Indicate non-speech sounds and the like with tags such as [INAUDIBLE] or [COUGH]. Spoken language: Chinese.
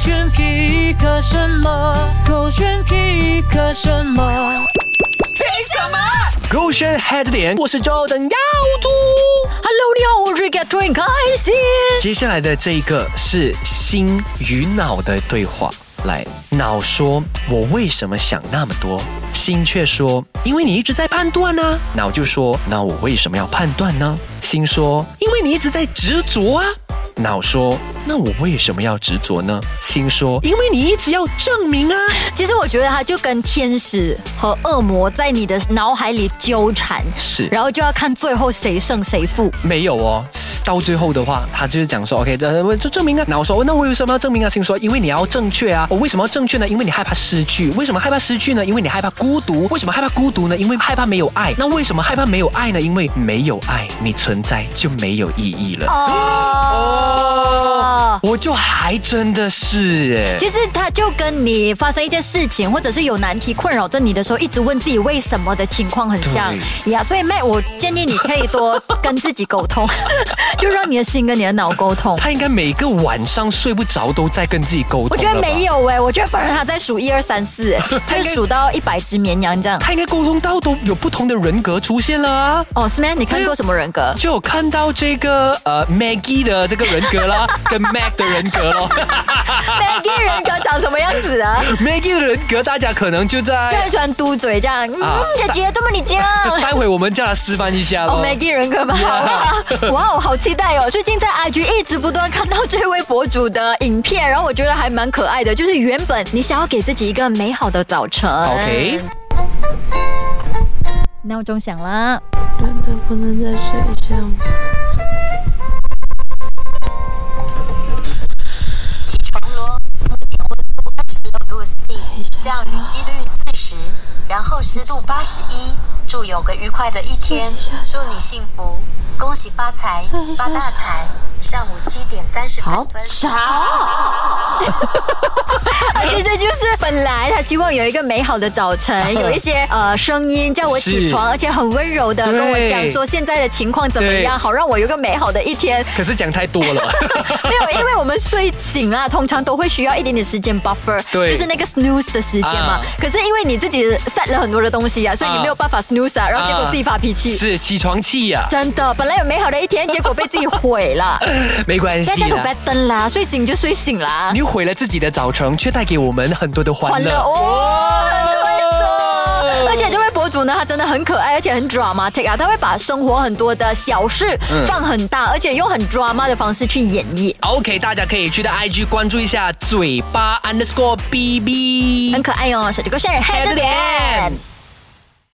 选皮克什么？狗选皮克什么？勾选 head 点，我是 Jordan 耀珠。 Hello，你好，我是 Get Train 开心。接下来的这一个是心与脑的对话。来，脑说：“我为什么想那么多？”心却说：“因为你一直在判断啊。”脑就说：“那我为什么要判断呢？”心说：“因为你一直在执着啊。”脑说：“那我为什么要执着呢？”心说：“因为你一直要证明啊。”其实我觉得它就跟天使和恶魔在你的脑海里纠缠，是然后就要看最后谁胜谁负。没有哦，到最后的话，他就是讲说，OK，呃，我就证明啊。然后我说，那我为什么要证明啊？心说，因为你要正确啊。我为什么要正确呢？因为你害怕失去。为什么害怕失去呢？因为你害怕孤独。为什么害怕孤独呢？因为害怕没有爱。那为什么害怕没有爱呢？因为没有爱，你存在就没有意义了。哦。我就还真的是哎。其实它就跟你发生一件事情，或者是有难题困扰着你的时候，一直问自己为什么的情况很像呀。所以妹，我建议你可以多跟自己沟通，就让你的心跟你的脑 [LAUGHS] 沟通。他应该每个晚上睡不着都在跟自己沟通。我觉得没。有哎、我觉得反正他在数一二三四，哎就是数到一百只绵羊这样。他应该沟通到都有不同的人格出现了啊。哦 s m a n 你看过什么 [LAUGHS] 人格？就有看到这个呃 Maggie 的这个人格 [LAUGHS] 啦，跟 Mac 的人格咯。 Maggie 人格长什么样子啊？ Maggie 的人格，大家可能就就在很喜欢嘟嘴这样，哎啊嗯，姐姐，怎么你这样？ [LAUGHS] 待会我们叫他示范一下哦咯。 ，Maggie 人格吧， [LAUGHS] 哇哦，好期待哦！最近在 IG 一直不断看到这位博主的影片，然后我觉得还蛮可爱的。就是原本你想要给自己一个美好的早晨 OK，嗯闹钟响了，真的不能再睡觉吗？起床咯，目前温度二十六度 C，降雨几率四十，然后湿度八十一。祝有个愉快的一天，祝你幸福，恭喜发财，发大财。上午七点三十八分。啊其实就是本来他希望有一个美好的早晨， [LAUGHS] 有一些呃声音叫我起床，是而且很温柔的对跟我讲说现在的情况怎么样，对好让我有一个美好的一天。可是讲太多 [LAUGHS] 了。没有，因为我们睡醒啊，通常都会需要一点点时间 buffer，对就是那个 snooze 的时间嘛。啊可是因为你自己 set 了很多的东西啊，所以你啊没有办法 snooze 啊，然后结果自己发脾气。是起床气呀、真的，本来有美好的一天，结果被自己 [LAUGHS] 毁了。没关系现在都啦 bad。灯啦，睡醒就睡醒啦。啊你毁了自己的早晨，却带给我们很多的欢欢乐乐。哦，很会哦说。而且这位博主呢，他真的很可爱，而且很 dramatic 啊，他会把生活很多的小事放很嗯大，而且用很 drama 的方式去演绎。 OK，大家可以去到 IG 关注一下嘴巴 underscore BB 很。可爱哦，小狗狗现在黑着脸。